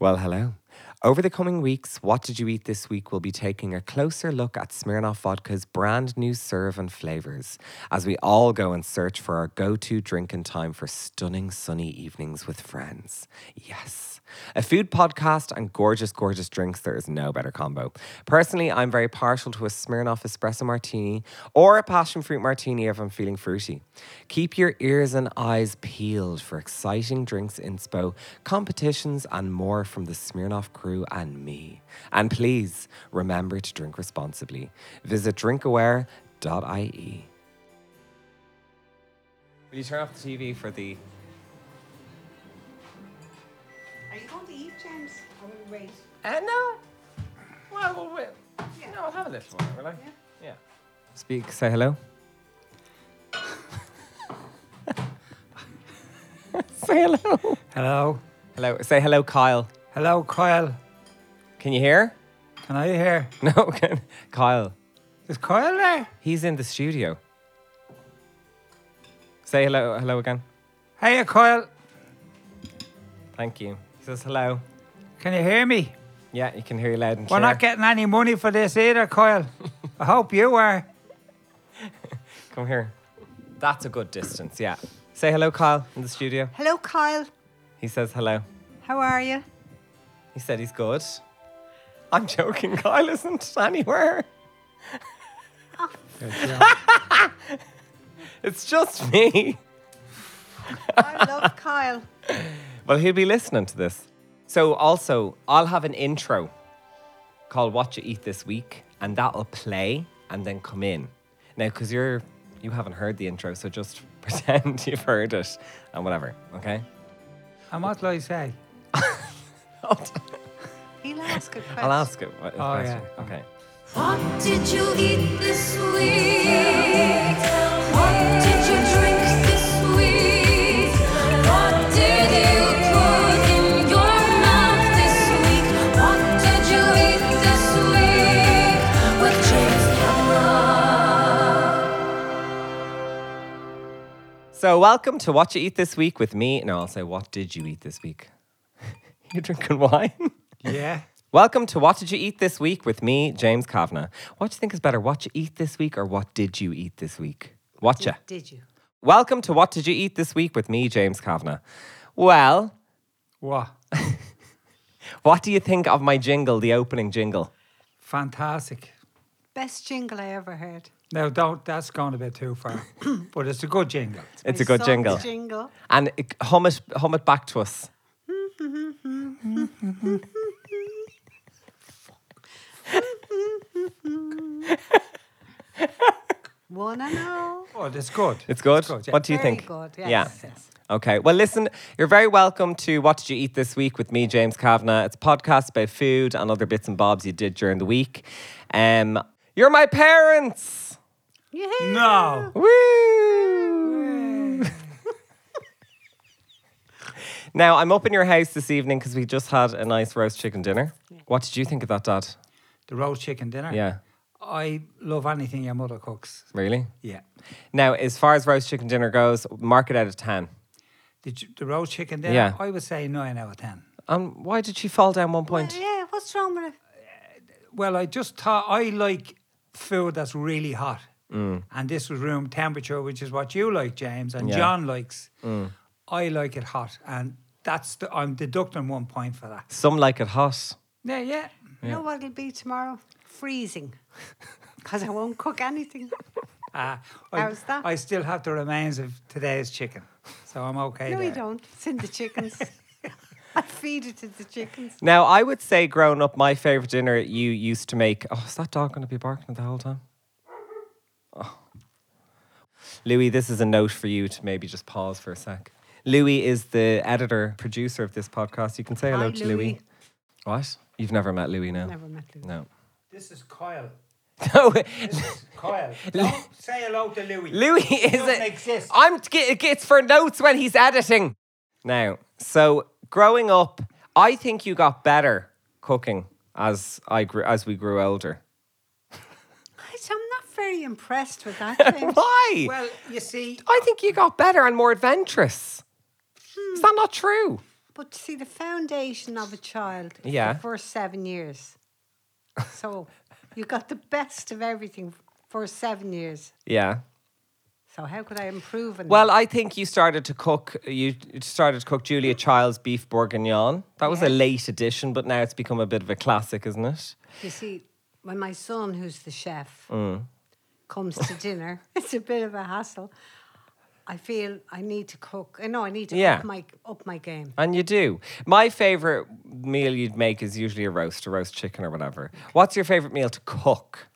Well, hello. Over the coming weeks, What Did You Eat This Week will be taking a closer look at Smirnoff Vodka's brand new serve and flavours as we all go and search for our go to drink in time for stunning sunny evenings with friends. Yes. A food podcast and gorgeous, gorgeous drinks, there is no better combo. Personally, I'm very partial to a Smirnoff espresso martini or a passion fruit martini if I'm feeling fruity. Keep your ears and eyes peeled for exciting drinks inspo, competitions, and more from the Smirnoff crew and me. And please remember to drink responsibly. Visit drinkaware.ie. Will you turn off the TV for the. Are you going to eat, James? I will wait. Uh, no. Well, we'll, we'll, Yeah. no, I'll have a little one, will I? Yeah. yeah. Speak, say hello. say hello. Hello. Hello. Say hello, Kyle. Hello, Kyle. Can you hear? Can I hear? No, can Kyle. Is Kyle there? He's in the studio. Say hello, hello again. Hiya, Kyle. Thank you. He says hello. Can you hear me? Yeah, you can hear you loud and We're clear. not getting any money for this either, Kyle. I hope you are. Come here. That's a good distance. Yeah. Say hello, Kyle, in the studio. Hello, Kyle. He says hello. How are you? He said he's good. I'm joking. Kyle isn't anywhere. It's just me. I love Kyle. Well, he'll be listening to this. So, also, I'll have an intro called What You Eat This Week, and that'll play and then come in. Now, because you're you haven't heard the intro, so just pretend you've heard it and whatever, okay? And what do I say? I'll, He'll ask a question. I'll ask it. What, Oh, question. yeah. Okay. What did you eat this week? What did you drink this week? What did you put in your mouth this week? What did you eat this week? With James Cameron. So, welcome to What You Eat This Week with me. No, I'll say, What did you eat this week? you're drinking wine? Yeah. Welcome to What Did You Eat This Week with me, James Kavanagh. What do you think is better, what you eat this week or what did you eat this week? Whatcha. Did you? Welcome to What Did You Eat This Week with me, James Kavanagh. Well, What? what do you think of my jingle, the opening jingle? Fantastic. Best jingle I ever heard. Now, don't, that's gone a bit too far, but it's a good jingle. It's My a good son's jingle. jingle. And it- hum it, hum it back to us. One and all. Oh, it's good. It's good. good, yeah. What do you Very think? good, yeah. yes, yes. Okay. Well, listen, you're very welcome to What Did You Eat This Week with me, James Kavanagh. It's a podcast about food and other bits and bobs you did during the week. Um, you're my parents. Yeah. Mm. No. Woo! now, I'm up in your house this evening because we just had a nice roast chicken dinner. What did you think of that, Dad? The roast chicken dinner. Yeah. I love anything your mother cooks. Really? Yeah. Now, as far as roast chicken dinner goes, mark it out of 10. The, ch- the roast chicken dinner, Yeah. I would say 9 out of 10. Um, why did she fall down one Well, point? yeah, what's wrong with it? Well, I just thought I like food that's really hot. And this was room temperature, which is what you like, James, and Yeah. John likes. I like it hot. And that's the, I'm deducting one point for that. Some like it hot. Yeah, yeah. You know what it'll be tomorrow? Freezing. Because I won't cook anything. Uh, I, How's that? I still have the remains of today's chicken. So I'm okay. no, there. you don't. It's in the chickens. I feed it to the chickens. Now, I would say growing up, my favorite dinner you used to make. Oh, is that dog going to be barking the whole time? Oh. Louis, this is a note for you to maybe just pause for a sec. Louis is the editor, producer of this podcast. You can say hello Hi, to Louis. Louis. What? You've never met Louis now? Never met Louis. No. This is Kyle. No. Kyle. Don't say hello to Louis. Louis is doesn't it? exist. I'm t- it gets for notes when he's editing. Now, so growing up, I think you got better cooking as I grew as we grew older. I, I'm not very impressed with that, James. Why? Well, you see, I think you got better and more adventurous. Is that not true? But to see the foundation of a child is Yeah. the first seven years. So you got the best of everything for seven years. Yeah. So how could I improve on Well, that? I think you started to cook. You started to cook Julia Child's beef bourguignon. That was a Yeah. late addition, but now it's become a bit of a classic, isn't it? You see, when my son, who's the chef, Mm. comes to dinner, it's a bit of a hassle. I feel I need to cook. uh, I know I need to Yeah. up my up my game. And you do. My favorite meal you'd make is usually a roast, a roast chicken or whatever. What's your favorite meal to cook?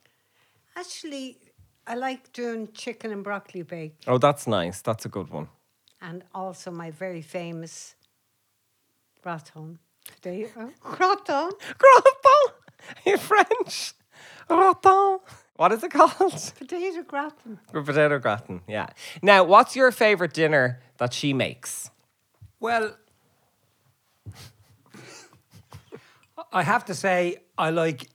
Actually, I like doing chicken and broccoli bake, Oh, that's nice. That's a good one. and also my very famous gratin. There you Oh, go. Gratin. Grandpa, you French. Rotin. What is it called? Potato gratin. Potato gratin. Yeah. Now, what's your favorite dinner that she makes? Well, I have to say, I like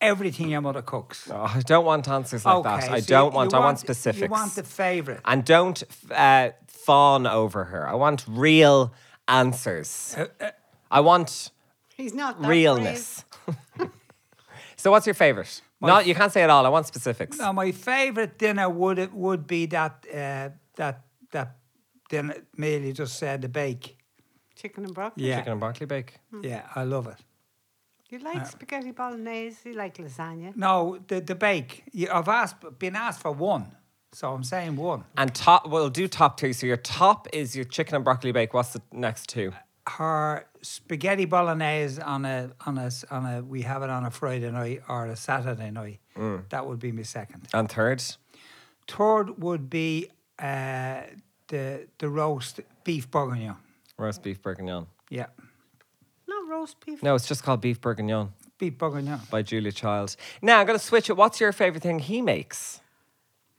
everything your mother cooks. Oh, I don't want answers like that. I so don't you- want, you I want specifics. You want the favourite. and don't uh, fawn over her. I want real answers. Uh, I want He's not that realness. so, what's your favorite? No, you can't say it all. I want specifics. Now, my favourite dinner would it would be that uh, that that dinner meal you just said, the bake. brave. Chicken and broccoli. Yeah, Chicken and broccoli bake. yeah, I love it. You like Uh, spaghetti bolognese. You like lasagna. No, the the bake. You, I've asked, been asked for one, so I'm saying one. And top, we'll do top two. So your top is your chicken and broccoli bake. What's the next two? Her spaghetti bolognese on a on a s- on a we have it on a Friday night or a Saturday night. Mm. That would be my second. And third? Third would be uh, the the roast beef bourguignon. Roast beef bourguignon. Yeah, Not roast beef. No, it's just called beef bourguignon beef bourguignon. by Julia Child. Now I'm going to switch it. What's your favorite thing he makes?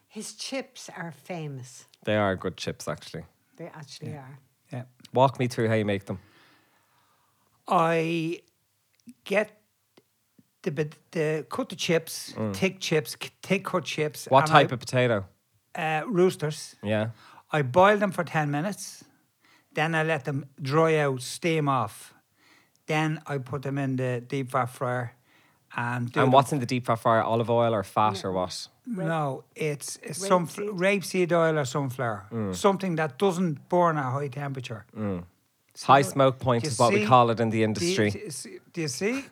His chips are famous. They are good chips, actually. They actually are. Yeah. Walk me through how you make them. I get the bit- the cut the chips, thick chips, c- thick cut chips. Mm. What and type I- of potato? uh, roosters? Yeah. I boil them for ten minutes, then I let them dry out, steam off. Then I put them in the deep fat fryer, and do and them- what's in the deep fat fryer? Olive oil or fat or what? No, it's, it's some rapeseed? rapeseed oil or sunflower, Mm. something that doesn't burn at high temperature. High smoke point you is what we see- call it in Mm, the Do you- industry. Do you, see- do you see?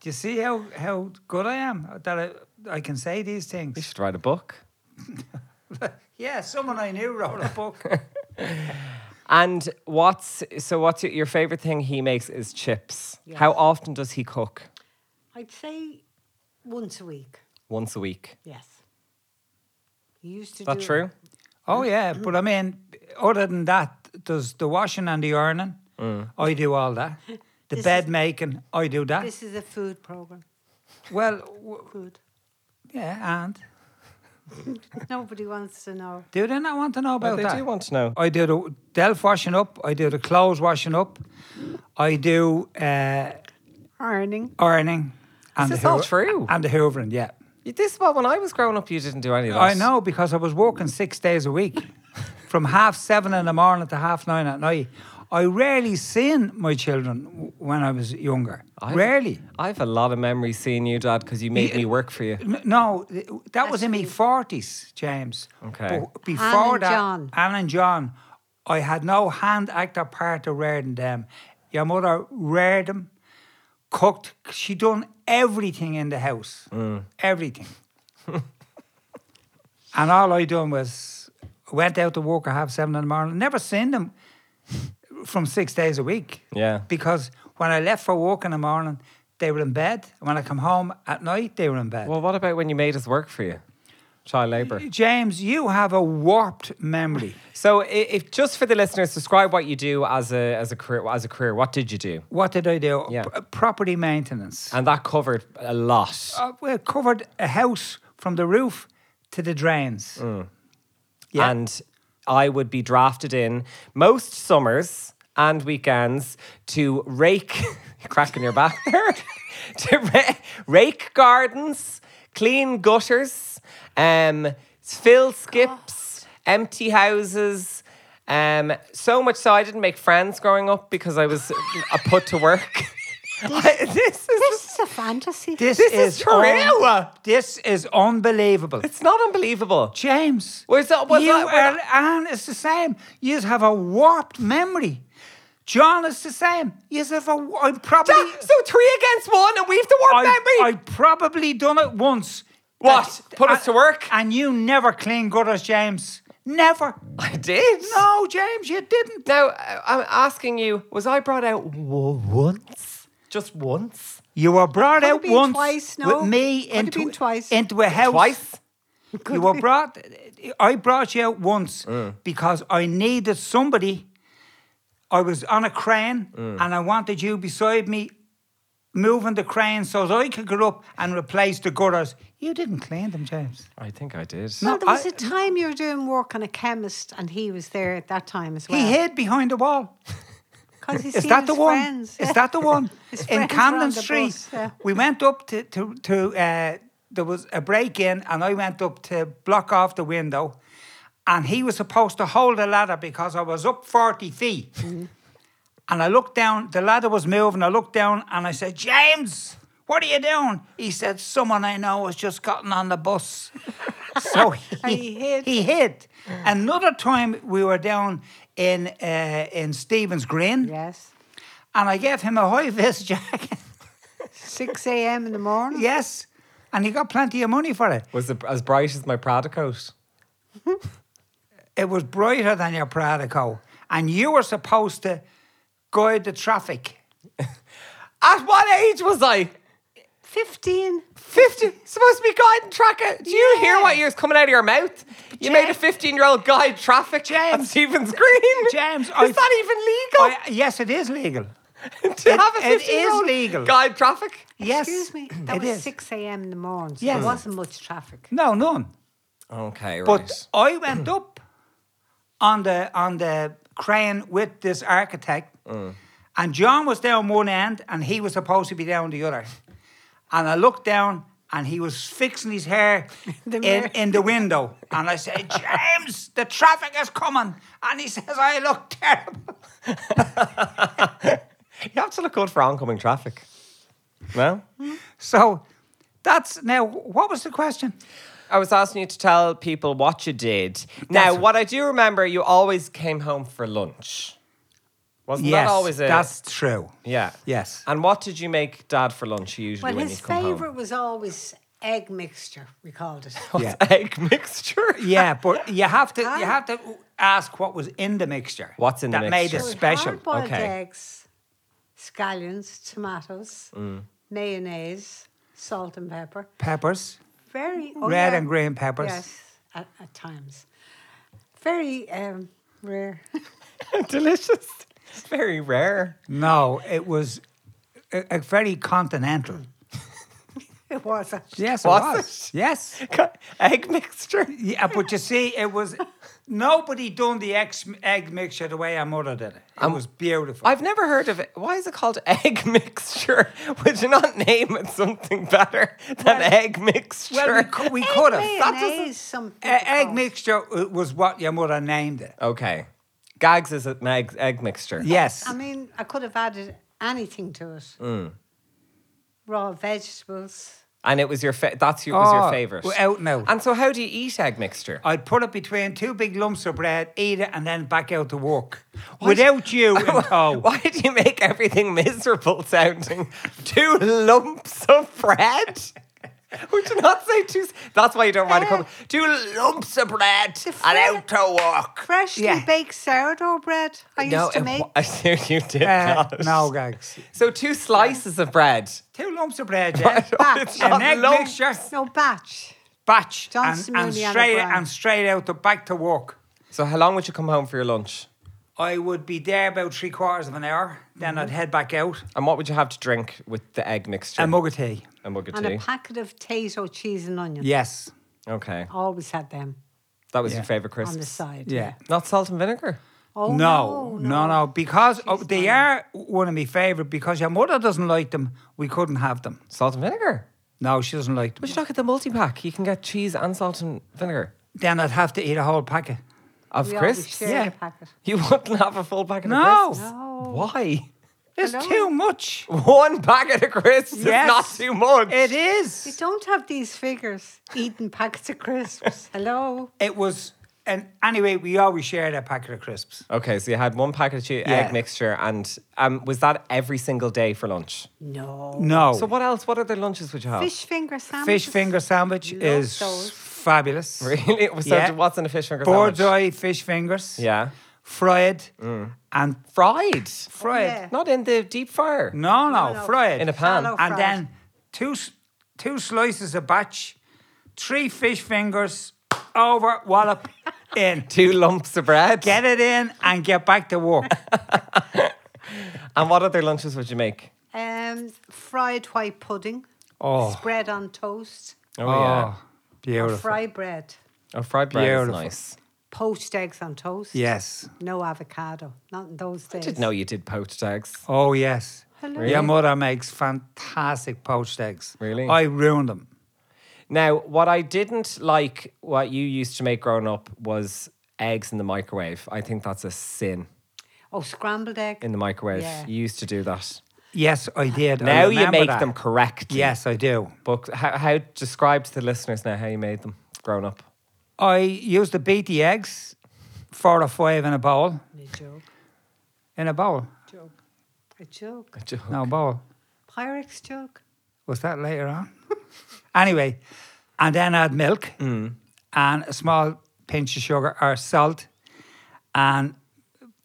Do you see how, how good I am that I, I can say these you things? should write a book. Yeah, someone I knew wrote a book. And what's so? What's your, your favorite thing he makes is chips. Yes. How often does he cook? I'd say once a week. Once a week. Yes. You used to Is that do it. true? oh yeah, but I mean, other than that, does the washing and the ironing? Mm. I do all that. The This bed is- making, I do that. This is a food program. well, w- Food. yeah, and Nobody wants to know. do they not want to know about they that? do want to know. I do the Delph washing up. I do the clothes washing up. I do uh, Ironing. ironing. And this the all hoo- true? And the hoovering, yeah. You- This well, when I was growing up, you didn't do any of that. I know because I was working six days a week, from half seven in the morning to half nine at night. I rarely seen my children w- when I was younger. I've- rarely. I have a lot of memories seeing you, Dad, because you made Yeah. me work for you. N- No, th- that was in my Actually- forties, James. Okay. But before and that, John. Anne and John, I had no hand actor part to rear in them. Your mother reared them, cooked. She done everything in the house, Mm. everything. and all I done was went out to work at half seven in the morning. Never seen them from six days a week. Yeah. Because when I left for work in the morning, they were in bed. When I come home at night, they were in bed. Well, what about when you made us work for you? Child labour. James, you have a warped memory. So, i- if just for the listeners, describe what you do as a as a career. As a career, what did you do? What did I do? Yeah. P- property maintenance. And that covered a lot. Uh, we covered a house from the roof to the drains. Mm. Yeah. And I would be drafted in most summers and weekends to rake, you're cracking your back there, to ra- rake gardens, clean gutters, um, fill skips, empty houses. Um, so much so I didn't make friends growing up because I was uh, put to work. I- this is This is a fantasy. This, This is is un- true. this is unbelievable. it's not unbelievable. James. Was that- was you that- was are, and it's the same. You have a warped memory. John is the same. You have a. wa- I'm probably. Da- so three against one, and we've the warped I, memory. I probably done it once. What? That- Put us to work? And you never clean good as James. Never. I did. No, James, you didn't. Now I- I'm asking you: Was I brought out w- once? Just once? You were brought Could've out been once twice, no. with me Could've into, been twice. into a house. Twice? You were brought. I brought you out once because I needed somebody. I was on a crane and I wanted you beside me, moving the crane so that I could get up and replace the gutters. You didn't clean them, James. I think I did. No, there was I- a time you were doing work on a chemist, and he was there at that time as well. He hid behind the wall. because he's Is that the one? Friends. Is that the one? His in friends were on Camden the Street. bus, yeah. We went up to to, to uh, there was a break in, and I went up to block off the window, and he was supposed to hold a ladder because I was up forty feet, Mm-hmm. and I looked down. The ladder was moving. I looked down, and I said, "James, what are you doing?" He said, "Someone I know has just gotten on the bus." so he, And he hid. He hid. Another time we were down in uh, in Stephen's Green Yes. and I gave him a high vis jacket. Six a.m. in the morning. yes, and he got plenty of money for it. Was it as bright as my Prada coat? It was brighter than your Prada coat, and you were supposed to guide the traffic. At what age was I? Fifteen. 50 supposed to be guiding traffic. Do you hear what you're coming out of your mouth? You made a 15 year old guide traffic at James. Stephen's Green. James, is I've- that even legal I- yes, it is legal. to it- have a it is 15 year old legal. guide traffic? Yes, Excuse me. That it was is. six a.m. in the morning. So Yes. There wasn't much traffic. No, none. Okay, right. But I went up on the on the crane with this architect, and John was down one end, and he was supposed to be down the other. And I looked down, and he was fixing his hair The in, mirror. in the window. And I said, James, the traffic is coming. And he says, I look terrible. you have to look good for oncoming traffic. No? So that's now, what was the question? I was asking you to tell people what you did. Now, what I do remember, you always came home for lunch. Wasn't that always it? that's true. yeah. Yes. And what did you make dad for lunch usually Well, when you his come home? favourite was always egg mixture. We called it. What's egg mixture? Yeah, but you have to you have to ask what was in the mixture. What's in the that made mixture? it So special? Hard boiled okay. eggs, scallions, tomatoes, Mm. mayonnaise, salt and pepper. Peppers, Very oh red yeah, and green peppers. Yes, at, at times. Very um, rare. Delicious. It's very rare. No, it was a, a very continental. it was actually. Yes, Was was. Yes, Egg mixture. yeah, but you see, it was nobody done the egg, egg mixture the way our mother did it. It was beautiful. I've never heard of it. Why is it called egg mixture? Would you not name it something better than egg mixture? well, we, cou- we could have. that doesn't- Mayonnaise, some E- egg people mixture uh, was what your mother named it. okay. Gags is an egg, egg mixture. Yes, call it. I mean, I could have added anything to it. Raw vegetables. And it was your fa- that's your was your Oh, favorite. out Uh, and out. And so how do you eat egg mixture? I'd put it between two big lumps of bread, eat it, and then back out to work without you oh. in tow. Why do you make everything miserable sounding? two lumps of bread? Would you not say two? s- That's why you don't want to come. Two lumps of bread and out to work. Freshly Yeah. baked sourdough bread I used to it make. wa- I see you did Uh, not. no, gags. um So two slices of bread. Two lumps of bread, yeah. It's not An egg lump. mixture, No batch. batch, John and, and Simonian straight brand. and straight out the back to work. So how long would you come home for your lunch? I would be there about three quarters of an hour. Then I'd head back out. And what would you have to drink with the egg mixture? A mug of tea. A mug of And tea. a packet of tato, cheese, and onion. Yes. okay. Always had them That was Yeah. your favourite crisps. on the side. Yeah. Not salt and vinegar. Oh, no, no, no, Because oh, Cheese they and are one of my favourite. Because your mother doesn't like them, we couldn't have them. Salt and vinegar. No, she doesn't like them. But you not get the multi pack. You can get cheese and salt and vinegar. Then I'd have to eat a whole packet. Of we always crisps? shared Yeah. a packet. You wouldn't have a full packet No. of crisps? No. Why? It's Hello? too much. One packet of crisps Yes. is not too much. It You is. don't have these figures eating packets of crisps. Hello. It was, and anyway, we always shared a packet of crisps. Okay, so you had one packet of che- Yeah. egg mixture, and um, was that every single day for lunch? No. No. So what else? What other lunches would you have? Fish finger sandwiches. fish finger sandwich Love is those. fabulous. Really? So Yeah. what's in a fish finger sandwich? Bordeaux fish fingers. Yeah. Mm. Fried and Fried. fried. Oh, yeah. Not in the deep fryer. No, no, no. fried. In a pan. Shallow and fried. then two s- two slices of batch, three fish fingers, over wallop in. Two lumps of bread. Get it in and get back to work. and what other lunches would you make? Um, fried white pudding. Oh. Spread on toast. Oh, yeah. Or beautiful. fry bread. Oh, fried bread is Beautiful. nice. Poached eggs on toast. Yes. No avocado. Not in those days. I didn't know you did poached eggs. Oh yes. Hello. Your mother makes fantastic poached eggs. Really? I ruined them. Now, what I didn't like, what you used to make growing up, was eggs in the microwave. I think that's a sin Oh, scrambled egg. in the microwave. Yeah. You used to do that. Yes, I did. I Now you remember make that. them correctly. Yes, I do. But how, how describe to the listeners now how you made them growing up? I used to beat the eggs, four or five in a bowl. A joke. In a bowl. Joke. A joke. No bowl. Pyrex joke. Was that later on? anyway, and then add milk Mm. and a small pinch of sugar or salt and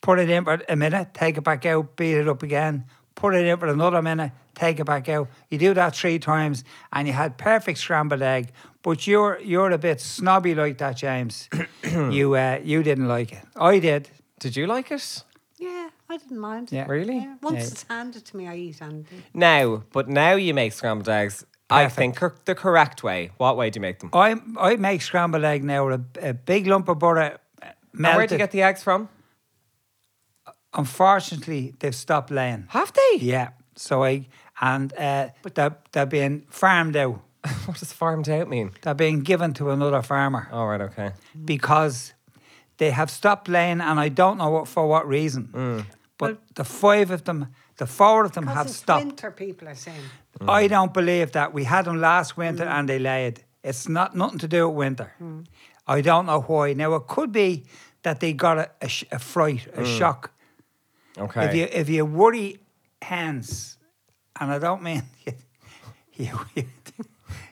put it in for a minute, take it back out, beat it up again, put it in for another minute, take it back out. You do that three times and you had perfect scrambled egg, but you're you're a bit snobby like that, James. you uh, you didn't like it. I did. Did you like it? Yeah, I didn't mind. Yeah. Really? Yeah, Once Yeah. it's handed to me, I eat anything. Now, but now you make scrambled eggs. I think cor- the correct way. What way do you make them? I I make scrambled egg now with a, a big lump of butter uh, And melted. where do you get the eggs from? Unfortunately, they've stopped laying. Have they? Yeah. So I and uh, they're, they're being farmed out. What does farmed out mean? They're being given to another farmer Oh. All right, okay. because they have stopped laying, and I don't know what, for what reason. But the five of them, the four of them have Mm. Because it's stopped. winter, people are saying. I don't believe that. We had them last winter Mm. and they laid. It's not nothing to do with winter. I don't know why. Now it could be that they got a, a, sh- a fright, a Mm. shock. Okay. If you if you worry hands, and I don't mean you, you,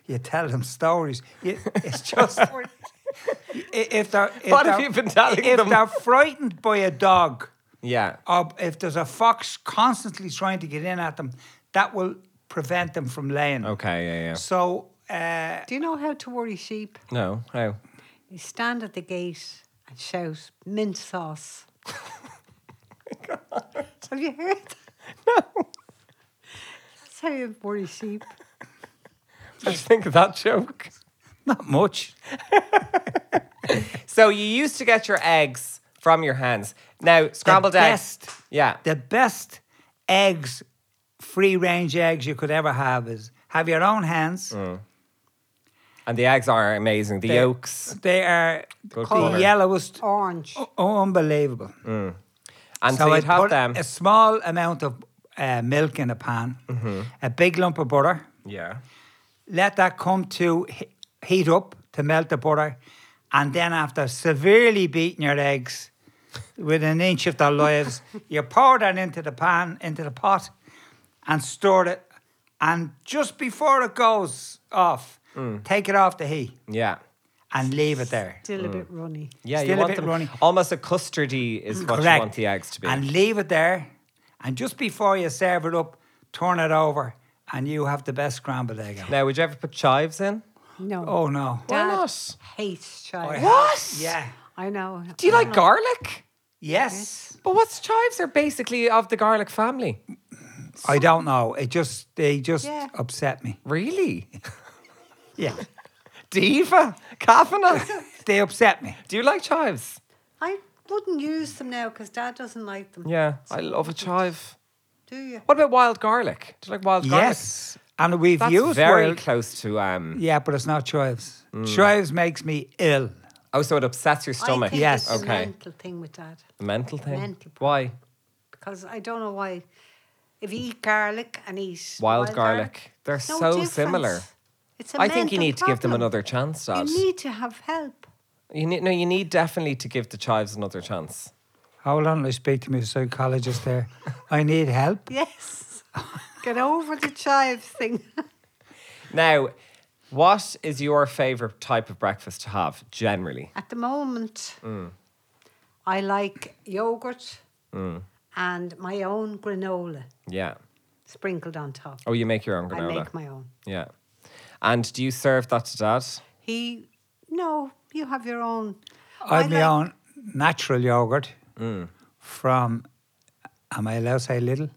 you, tell them stories. You, it's just i- if they're if What have they're- you been telling if them? they're frightened by a dog, yeah. or if there's a fox constantly trying to get in at them, that will prevent them from laying. Okay, yeah, yeah. So uh, Do you know how to worry sheep? No, how? You stand at the gate and shout mint sauce. Have you heard? that? That's how you worry sheep. Just think of that joke. not much. So you used to get your eggs from your hands. Now, scrambled eggs. best. Yeah. The best eggs, free range eggs you could ever have is have your own hands. And the eggs are amazing. The They- yolks. They are Good the colour. yellowest. Orange. Oh, unbelievable. And so, you'd I'd have put them. a small amount of uh, milk in a pan, a big lump of butter. Yeah. Let that come to he- heat up to melt the butter. And then after severely beating your eggs with an inch of their lives, you pour that into the pan, into the pot, and store it. And just before it goes off, take it off the heat Yeah. and leave it there. Still a bit runny. Yeah, Still you a want bit them runny. almost a custardy is what you want the eggs to be. And leave it there. And just before you serve it up, turn it over, and you have the best scrambled egg. ever. now, would you ever put chives in? No. Oh no! Why Dad not? Hates I chives. have- What? Yeah. I know. Do you I like know. garlic? Yes. But what's chives are basically of the garlic family. I don't know. It just they just Yeah. upset me. Really? Yeah. Diva? Kavanaugh? they upset me. Do you like chives? I wouldn't use them now because Dad doesn't like them. Yeah, So I love a wouldn't. chive. Do you? What about wild garlic? Do you like wild garlic? Yes. And we've That's used very Mm. wild- close to um Yeah, but it's not chives. Chives makes me ill. Oh, so it upsets your I stomach. think Yes. It's a Okay. mental thing with that A mental thing. Mental Why? because I don't know why. If you eat garlic and eat Wild garlic. They're no so difference. similar. It's a I think you mental need to give them problem. another chance, Dad. You need to have help. You need no, you need definitely to give the chives another chance. Hold on, I speak to my psychologist there. I need help. Yes. Get over the chives thing. Now, what is your favorite type of breakfast to have generally? At the moment, Mm. I like yogurt Mm. and my own granola Yeah. sprinkled on top. Oh, you make your own granola. I make my own. yeah. And do you serve that to dad? He, no, you have your own. I have my like- own natural yogurt Mm. from, am I allowed to say little?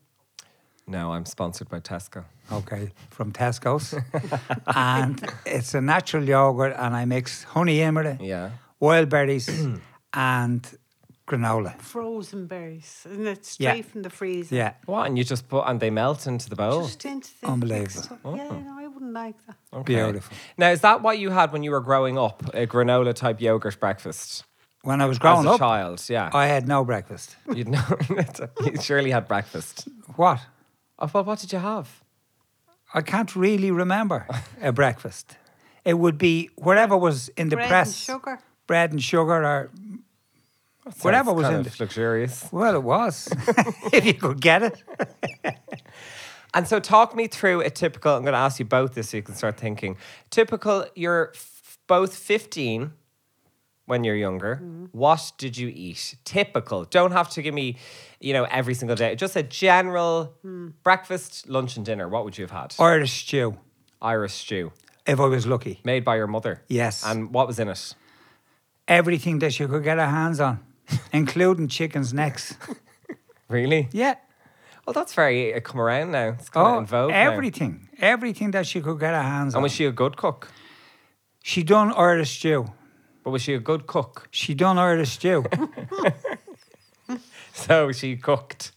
No, I'm sponsored by Tesco. Okay, from Tesco's. and it's a natural yogurt, and I mix honey in with it, Yeah. wild berries, and granola. Frozen berries, isn't it? Yeah. Straight from the freezer. Yeah. Oh, What? And you just put and they melt into the bowl. Just into the Unbelievable. Oh. mixed up. Yeah, no, I wouldn't like that. Okay. Beautiful. Now, is that what you had when you were growing up? A granola type yogurt breakfast When I was growing as a up, child? Yeah. I had no breakfast. You'd know. you surely had breakfast. What? Oh, well, what did you have? I can't really remember a breakfast. It would be whatever was in the Bread and press. sugar. Bread and sugar or Sounds Whatever was kind in of it. luxurious. well it was. if you could get it. And so, talk me through a typical. I'm going to ask you both this, so you can start thinking. Typical. You're f- both 15 when you're younger. Mm-hmm. What did you eat? Typical. Don't have to give me, you know, every single day. Just a general Hmm. breakfast, lunch, and dinner. What would you have had? Irish stew, Irish stew if I was lucky. made by your mother. Yes. And what was in it? Everything that you could get our hands on, including chickens' necks. Really? Yeah. Well, that's very uh, come around now. It's kind of Oh, in vogue. now. everything. Everything that she could get her hands And on. was she a good cook? she done Irish stew. But was she a good cook? She done Irish stew. So she cooked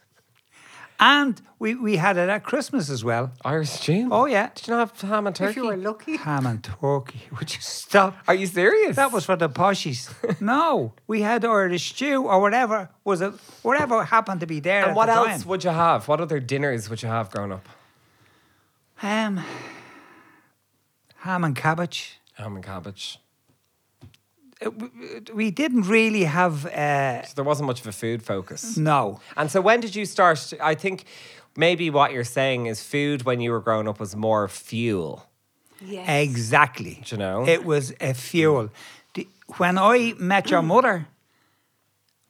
and we, we had it at Christmas as well. Irish stew. Oh yeah. Did you not have ham and turkey? If you were lucky, Ham and turkey. Would you stop? Are you serious? That was for the poshies. no, we had Irish stew or whatever was it, whatever happened to be there. And at what the else time. would you have? What other dinners would you have growing up? Um, ham and cabbage. Ham and cabbage. Uh, w- w- We didn't really have uh, So there wasn't much of a food Mm. focus. no. And so when did you start? I think maybe what you're saying is food when you were growing up was more fuel. yes. Exactly. Do you know? It was a fuel. The, when I met your mother,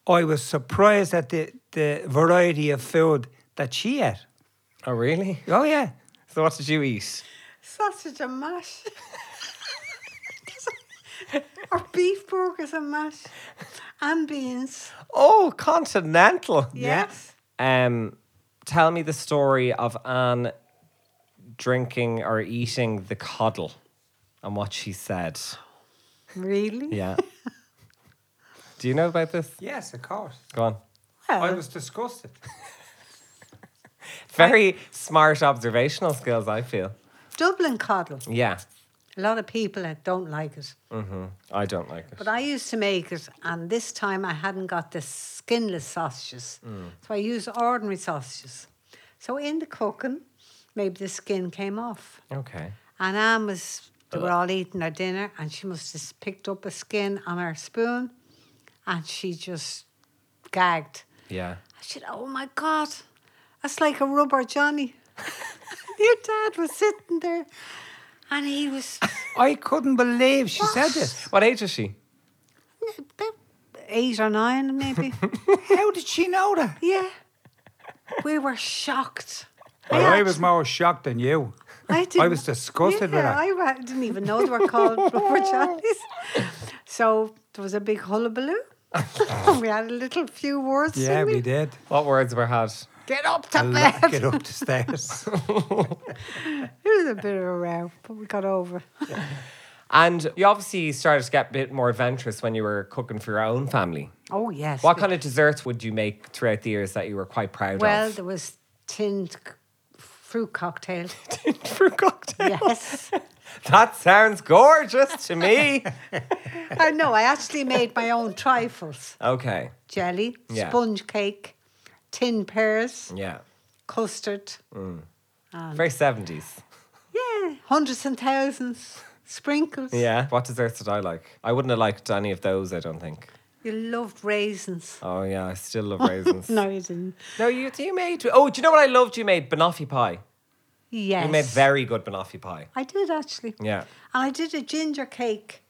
I was surprised at the, the variety of food that she ate. Oh, really? Oh yeah. So what did you eat? sausage and mash. or beef burgers and mash. And beans. Oh, continental. Yes. Um, tell me the story of Anne drinking or eating the coddle and what she said. Really? Yeah. Do you know about this? Yes, of course. Go on. Uh, Well, disgusted. Very smart observational skills, I feel. Dublin coddle. Yeah. A lot of people that don't like it. I don't like it. But I used to make it, and this time I hadn't got the skinless sausages. So I used ordinary sausages. So in the cooking, maybe the skin came off. Okay. And Anne was, they were all eating their dinner, and she must have picked up a skin on her spoon, and she just gagged. Yeah. I said, Oh my God, that's like a rubber Johnny. Your dad was sitting there, and he was I couldn't believe she said this. What age is she? about eight or nine, maybe. How did she know that? yeah. We were shocked. I was more shocked than you. I, didn't, was disgusted with yeah, her. I wa- didn't even know they were called rubber Johnnies. So there was a big hullabaloo. we had a little few words. Yeah, didn't we did. What words were had? Get up to bed. Get up the stairs. It was a bit of a row, but we got over. it. And you obviously started to get a bit more adventurous when you were cooking for your own family. Oh yes. What we- kind of desserts would you make throughout the years that you were quite proud Well, of? there was tinned c- fruit cocktail. fruit cocktail. Yes. That sounds gorgeous to me. I know, I actually made my own trifles okay. jelly, Yeah. sponge cake, tin pears, Yeah. custard. Very 70s. Yeah, hundreds and thousands. Sprinkles. Yeah. What desserts did I like? I wouldn't have liked any of those, I don't think. You loved raisins. Oh, yeah. I still love raisins. No, you didn't. No, you, you made. Oh, do you know what I loved? You made banoffee pie. Yes. You made very good banoffee pie. I did actually. Yeah. And I did a ginger cake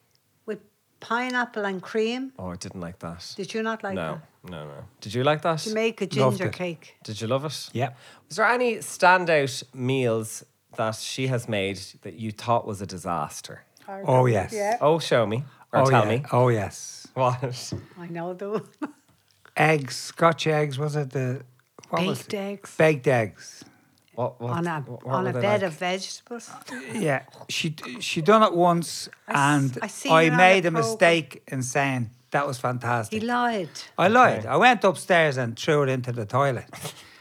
with pineapple and cream. Oh, I didn't like that. Did you not like no, that? no, no. Did you like that? To make a Loved ginger it. cake. Did you love it? Yeah. Was there any standout meals that she has made that you thought was a disaster? Oh, yes. Yeah. Oh, show me or oh, tell yeah. me. Oh, yes. What? I know though. Eggs, Scotch eggs, was it the. What was Baked it? eggs. Baked eggs. What? what On a what on were a they bed like? of vegetables. Yeah, she she done it once, I s- and I I, seen it on the made a programme. mistake in saying that was He fantastic. lied. I lied. I went upstairs and threw it into the toilet.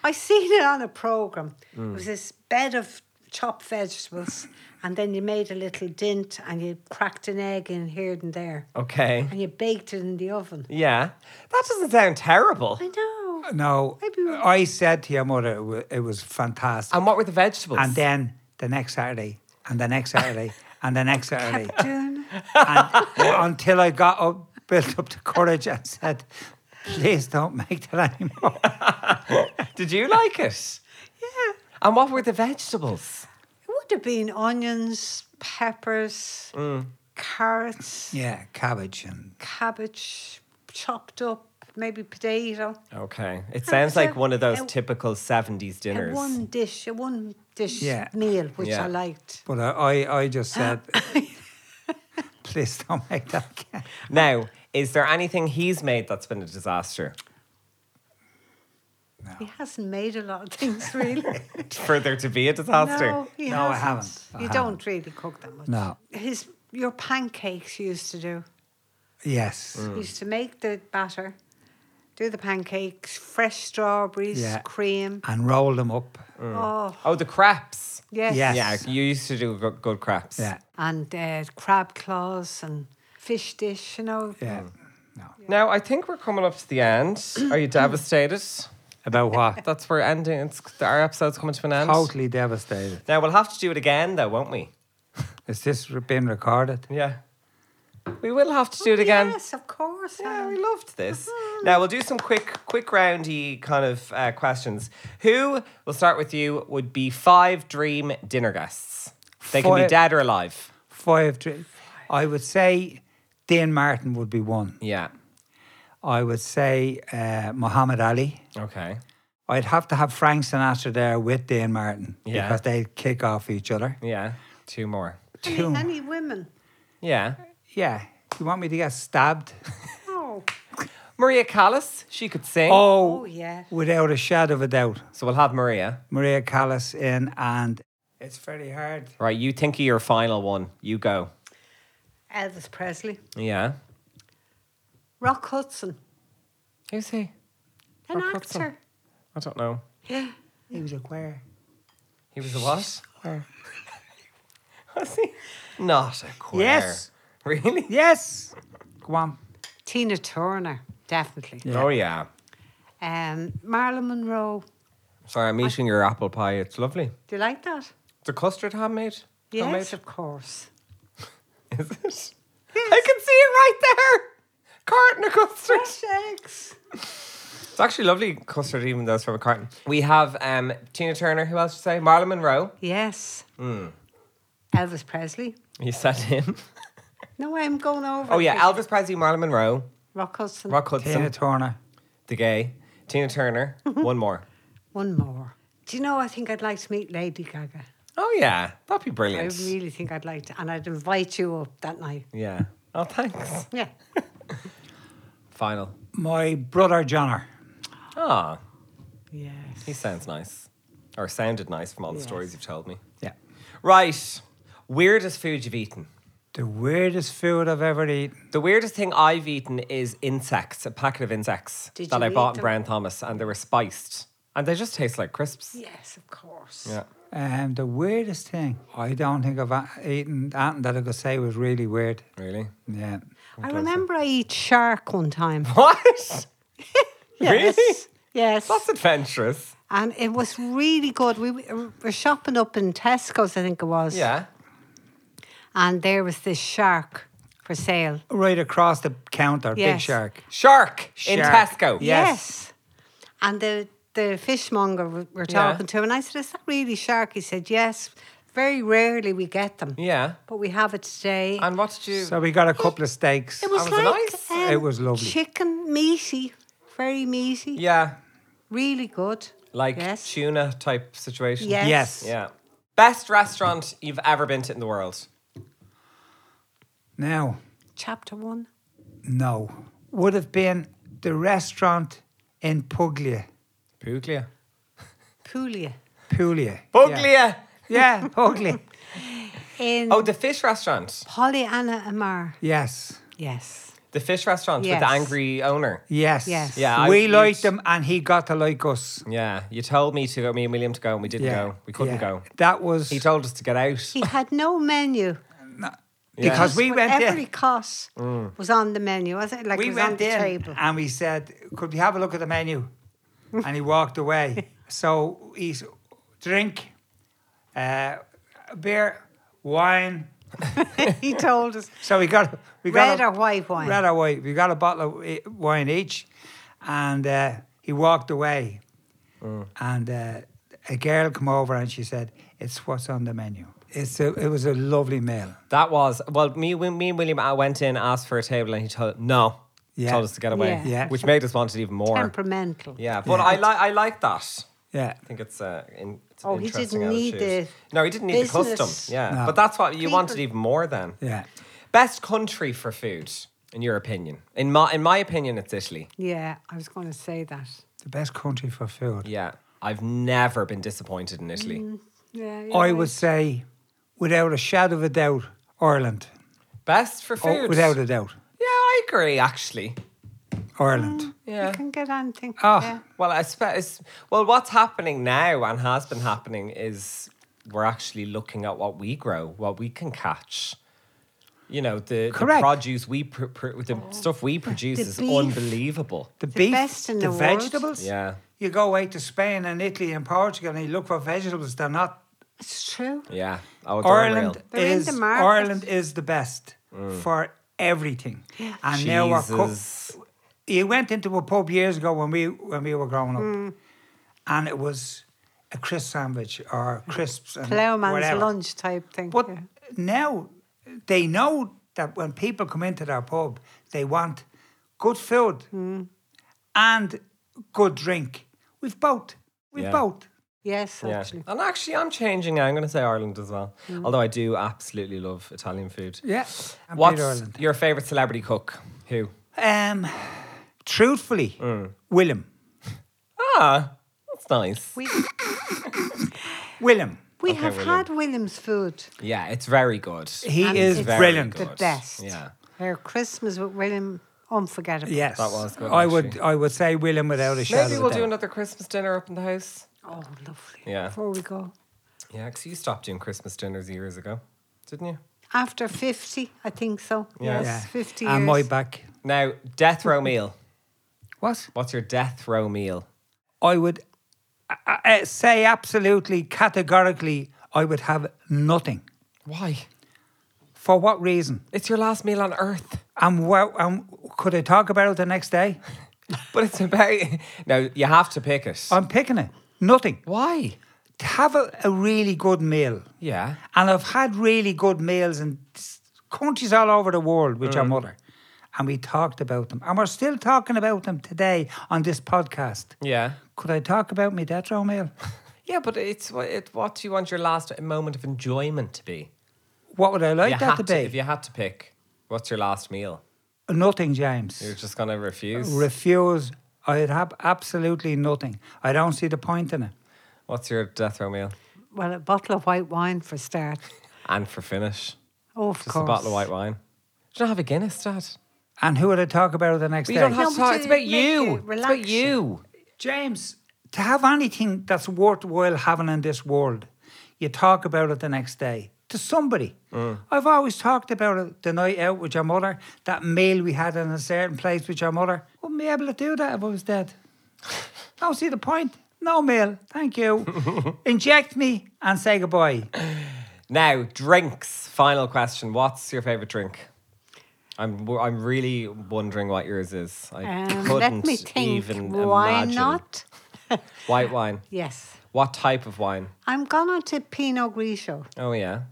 I seen it on a program. Mm. It was this bed of chopped vegetables, and then you made a little dint, and you cracked an egg in here and there, Okay. and you baked it in the oven. Yeah. That doesn't sound terrible. I know. No, I said to your mother it was, it was fantastic. And what were the vegetables? uh, and then the next Saturday, and the next Saturday, and the next Saturday, Doing it. and until I got up, built up the courage, and said, "Please don't make that anymore." Did you like it? Yeah. And what were the vegetables? It would have been onions, peppers, Mm. carrots, Yeah, cabbage and cabbage, chopped up, maybe potato. Okay. It sounds was like a- one of those it- typical 70s A dinners. one dish, a one dish Yeah. meal, which Yeah. I liked. But I, I, I Uh. just said, please don't make that again. Now, is there anything he's made that's been a disaster? He hasn't made a lot of things really. For there to be a disaster? No, he No, I hasn't. haven't. I you don't really cook that much. No. His your pancakes you used to do. Yes. Mm. You used to make the batter, do the pancakes, fresh strawberries, Yeah. Mm. cream. And roll them up. Oh Oh, the crepes. yes. Yes. Yeah, you used to do good, good crepes. Yeah. And uh, crab claws and fish dish, you know. Yeah. Mm. Now, I think we're coming up to the end. Are you devastated? About what? That's where ending. It's, our episode's coming to an end. totally devastated. Now, we'll have to do it again, though, won't we? Is this re- being recorded? Yeah. We will have to do it again. Yes, of course. Yeah, Um, Alan. we loved uh, this. Now we'll do some quick, quick roundy kind of uh, questions. Who, we'll start with you, would be five dream dinner guests? They can be Five- dead or alive. Five, three. I would say Dan Martin would be one. Yeah. I would say uh, Muhammad Ali. Okay. I'd have to have Frank Sinatra there with Dan Martin Yeah. because they kick off each other. Yeah. Two more. Two- Any, any women? Yeah. Yeah. You want me to get stabbed? Oh, Maria Callas, she could sing. Oh, oh yeah. without a shadow of a doubt. So we'll have Maria. Maria Callas in, and it's very hard. Right, you think of your final one. You go. Elvis Presley, Yeah. Rock Hudson, Who's he? an Rock Hudson. actor. I don't know. Yeah. He was a queer. He was a what? was he? Not a queer. Yes. Really? Yes. Go on. Tina Turner, definitely. Oh yeah. Um, Marilyn Monroe. Sorry, I'm eating your apple pie. It's lovely. Do you like that? The custard handmade? Yes, Handmade? of course. Is it? I can see it right there. Carton of custard. Fresh eggs. It's actually lovely custard, even though it's from a carton. We have um, Tina Turner. Who else to say? Marilyn Monroe. Yes. Hmm. Elvis Presley. You said him. No, I'm going over. Oh yeah, it. Elvis Presley, Marilyn Monroe, Rock Hudson. Rock Hudson, Tina Turner. the gay, Tina Turner. Mm-hmm. One more. One more. Do you know? I think I'd like to meet Lady Gaga. Oh yeah, that'd be I brilliant. really think I'd like to, and I'd invite you up that night. yeah. Oh thanks. Yeah. Final. My brother Johnner. Ah, Yes. he sounds nice, or sounded nice from all the Yes. stories you've told me. Yeah. Right. Weirdest food you've eaten. The weirdest food I've ever eaten. The weirdest thing I've eaten is insects, a packet of insects Did that you I bought eat in them? Brown Thomas, and they were spiced. And they just taste like crisps. Yes, of course. Yeah. Um, the weirdest thing, I don't think I've a- eaten anything that I could say was really weird. Really? Yeah. I remember I eat shark one time. What? Yes. Really? Yes. That's adventurous. And it was really good. We w- were shopping up in Tesco's, I think it was. Yeah. And there was this shark for sale. Right across the counter, big Yes. shark. Shark, in Shark. Tesco. Yeah. Yes. And the, the fishmonger we were Yeah. talking to, and I said, Is that really shark? He said, Yes. Very rarely we get them, Yeah. but we have it today. And what did you? So we got a couple of steaks. it was, was it like nice? um, It was lovely. Chicken, meaty, very meaty, yeah, really good. like yes. tuna type situation. Yes. Yes. Yeah. Best restaurant you've ever been to in the world. Now, Chapter one. no. Would have been the restaurant in Puglia. Puglia. Puglia. Puglia. Puglia. Yeah, yeah Puglia. In Oh, the fish restaurant. Pollyanna Amar. Yes. Yes. The fish restaurant with the Yes. angry owner. Yes. Yes. Yeah, I- we you- liked him and he got to like us. Yeah. You told me to go, me and William to go, and we didn't Yeah. go. We couldn't yeah. go. That was He told us to get out. He had no menu. because we went Whatever in. Mm. he cost was on the menu, was it? Like it we was on went the in table. and we said, "Could we have a look at the menu?" and he walked away. So he's drink, uh, beer, wine. he told us So we got we got red or white wine. red or white. We got a bottle of i- wine each, and uh, he walked away. And uh, a girl come over and she said, "It's what's on the menu." It's a, it was a lovely meal. That was well. Me, we- me and William. I went in, asked for a table, and he told no. Yeah. Told us to get away. Yeah. Yeah. Which made us want it even more. Temperamental. Yeah, but I like I like that. Yeah. I think it's uh, in. It's an Oh, he interesting didn't need attitude. the no, he didn't need the business. custom. Yeah, No. but that's what you People- wanted even more. Then, Yeah. best country for food, in your opinion? In my in my opinion, it's Italy. Yeah, I was going to say that. The best country for food. Yeah, I've never been disappointed in Italy. Mm. Yeah, you're I right. would say, without a shadow of a doubt, Ireland. Best for food, Oh, without a doubt, Yeah, I agree. Actually, Ireland. yeah. You can get anything. Oh. yeah. Well, I suppose. Well, what's happening now and has been happening is we're actually looking at what we grow, what we can catch. You know, the, the Correct. Oh. produce we pr- pr- the stuff we produce The is beef. unbelievable. The beef, best in the, the world. vegetables. Yeah, You go away to Spain and Italy and Portugal and you look for vegetables. They're not. It's true. yeah. Oh, it's unreal. Ireland They're in is the market. Ireland is the best for everything. And now we're Mm. Jesus. cooked. You went into a pub years ago when we when we were growing up, Mm. and it was a crisp sandwich or crisps and Plowman's whatever. Mm. lunch type thing. But yeah. now they know that when people come into their pub, they want good food Mm. and good drink. We've both. We've Yeah. both. Yes, Yeah. actually. And actually, I'm changing. now. I'm going to say Ireland as well. Although I do absolutely love Italian food. Mm. Yeah. And What's Peter Ireland. your favorite celebrity cook? Who? Um, truthfully, Mm. Willem. Ah, that's nice. We, Willem. we Okay, have William. had William's food. Yeah, it's very good. He And is it's Very brilliant. The good. best. Yeah. Her Christmas with William, unforgettable. Yes. That was good, I would actually. I would say Willem without a shadow. Maybe of we'll a do doubt. another Christmas dinner up in the house. Oh, lovely. Yeah. Before we go. Yeah, because you stopped doing Christmas dinners years ago, didn't you? After 50, I think so. Yeah. Yes, Yeah. 50 years. And my back. Now, death row meal. What? What's your death row meal? I would uh, uh, say absolutely categorically I would have nothing. Why? For what reason? It's your last meal on earth. And well, um, could I talk about it the next day? But it's about. Now, you have to pick it. I'm picking it. Nothing. Why? To have a, a really good meal, Yeah. and I've had really good meals in s- countries all over the world, which Mm. I'm other, and we talked about them, and we're still talking about them today on this podcast. Yeah. Could I talk about my death row meal? Yeah, but it's wha- it, what do you want your last moment of enjoyment to be? What would I like You that had to to- if be? you had to pick, what's your last meal? Nothing, You're James. just going to refuse? Refuse. I'd have absolutely nothing. I don't see the point in it. what's your death row meal? Well, a bottle of white wine for start. And for finish, Oh, of just course. a bottle of white wine. Do you not have a Guinness, Dad? And who would I talk about the next But day? you don't have No, to but talk. to It's about make you. you it's about relax. you. James, to have anything that's worthwhile having in this world, you talk about it the next day to somebody. I've always talked about it the night out with your mother, that meal we had in a certain place with your mother. Wouldn't be able to do that if I was dead. Don't see the point. No meal, thank you. Inject me and say goodbye. Now, drinks. Final question. What's your favourite drink? I'm w- I'm really wondering what yours is. I Um, couldn't let me think. even Why imagine. not? White wine. Yes. What type of wine? I'm gone on to Pinot Grigio Oh yeah.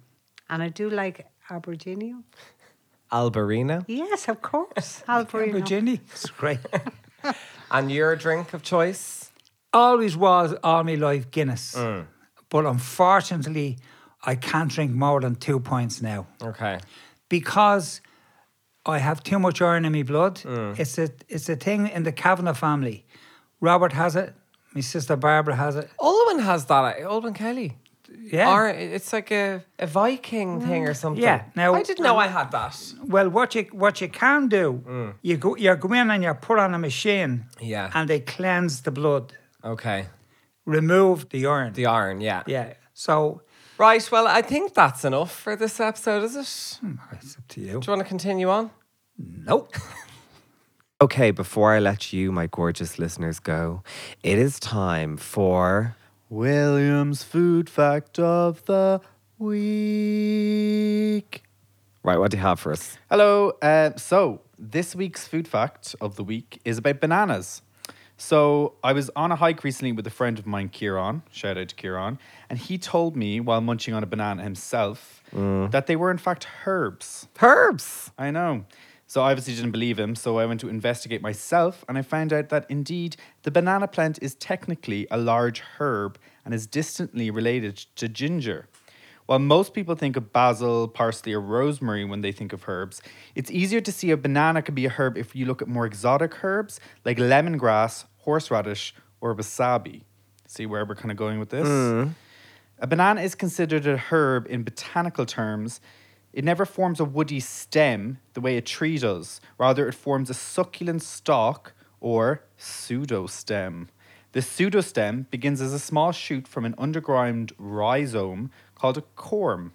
and I do like Albergino. Albarino. Yes, of course. Albergino. Virginie, it's great. And your drink of choice? always was all my life Guinness. But unfortunately, I can't drink more than two pints now Okay. because I have too much iron in my blood. It's a it's a thing in the Kavanagh family. Robert has it. My sister Barbara has it. Ulwin has that. Ulwin Kelly. Yeah. Or it's like a, a Viking thing or something. Yeah, now- I didn't know I had that. Well, what you what you can do, you go you go in and you put on a machine. Yeah. And they cleanse the blood, Okay. remove the iron. The iron, yeah. yeah. So Right, well, I think that's enough for this episode, is it? it's up to you. Do you want to continue on? Nope. Okay, before I let you, my gorgeous listeners, go, it is time for. William's food fact of the week. Right, what do you have for us? Hello. Uh, so, this week's food fact of the week is about bananas. So, I was on a hike recently with a friend of mine, Kieran. Shout out to Kieran. And he told me while munching on a banana himself that they were, in fact, herbs. Herbs. I know. So, I obviously didn't believe him. So, I went to investigate myself and I found out that indeed the banana plant is technically a large herb and is distantly related to ginger. While most people think of basil, parsley, or rosemary when they think of herbs, it's easier to see a banana could be a herb if you look at more exotic herbs like lemongrass, horseradish, or wasabi. See where we're kind of going with this? A banana is considered a herb in botanical terms. It never forms a woody stem the way a tree does. Rather, it forms a succulent stalk or pseudostem. The pseudostem begins as a small shoot from an underground rhizome called a corm.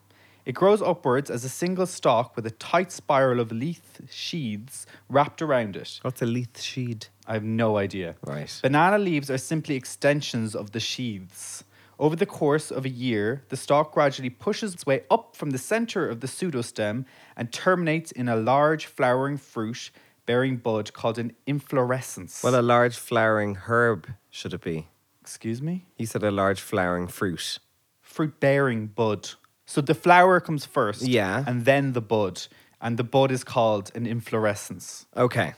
It grows upwards as a single stalk with a tight spiral of leaf sheaths wrapped around it. What's a leaf sheed? I have no idea. Right. Banana leaves are simply extensions of the sheaths. Over the course of a year, the stalk gradually pushes its way up from the center of the pseudostem and terminates in a large flowering fruit bearing bud called an inflorescence. Well, a large flowering herb should it be? excuse me? You said a large flowering fruit. Fruit bearing bud. So the flower comes first. Yeah. And then the bud. And the bud is called an inflorescence. Okay.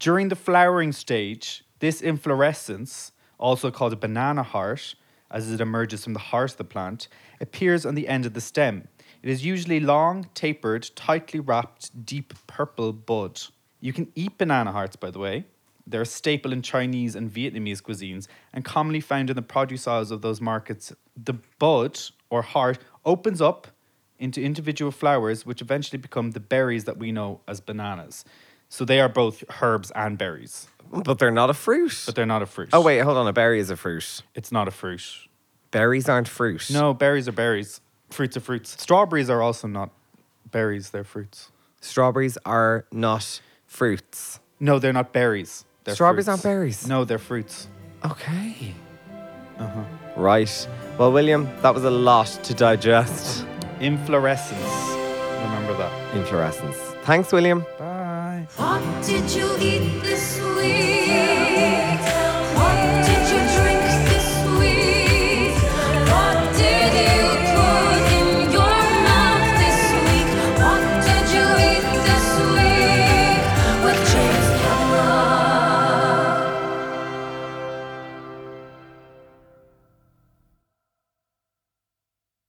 During the flowering stage, this inflorescence, also called a banana heart, as it emerges from the heart of the plant, appears on the end of the stem. It is usually long, tapered, tightly wrapped, deep purple bud. You can eat banana hearts, by the way. They're a staple in Chinese and Vietnamese cuisines and commonly found in the produce aisles of those markets. The bud or heart opens up into individual flowers, which eventually become the berries that we know as bananas. So they are both herbs and berries, But they're not a fruit. but they're not a fruit. oh, wait, hold on. A berry is a fruit. It's not a fruit. Berries aren't fruit. No, berries are berries. Fruits are fruits. Strawberries are also not berries, they're fruits. Strawberries are not fruits. No, they're not berries. They're Strawberries aren't fruits. berries? No, they're fruits. Okay. Uh-huh. Right. Well, William, that was a lot to digest. Inflorescence. Remember that. Inflorescence. Thanks, William. Bye. What did you eat this week?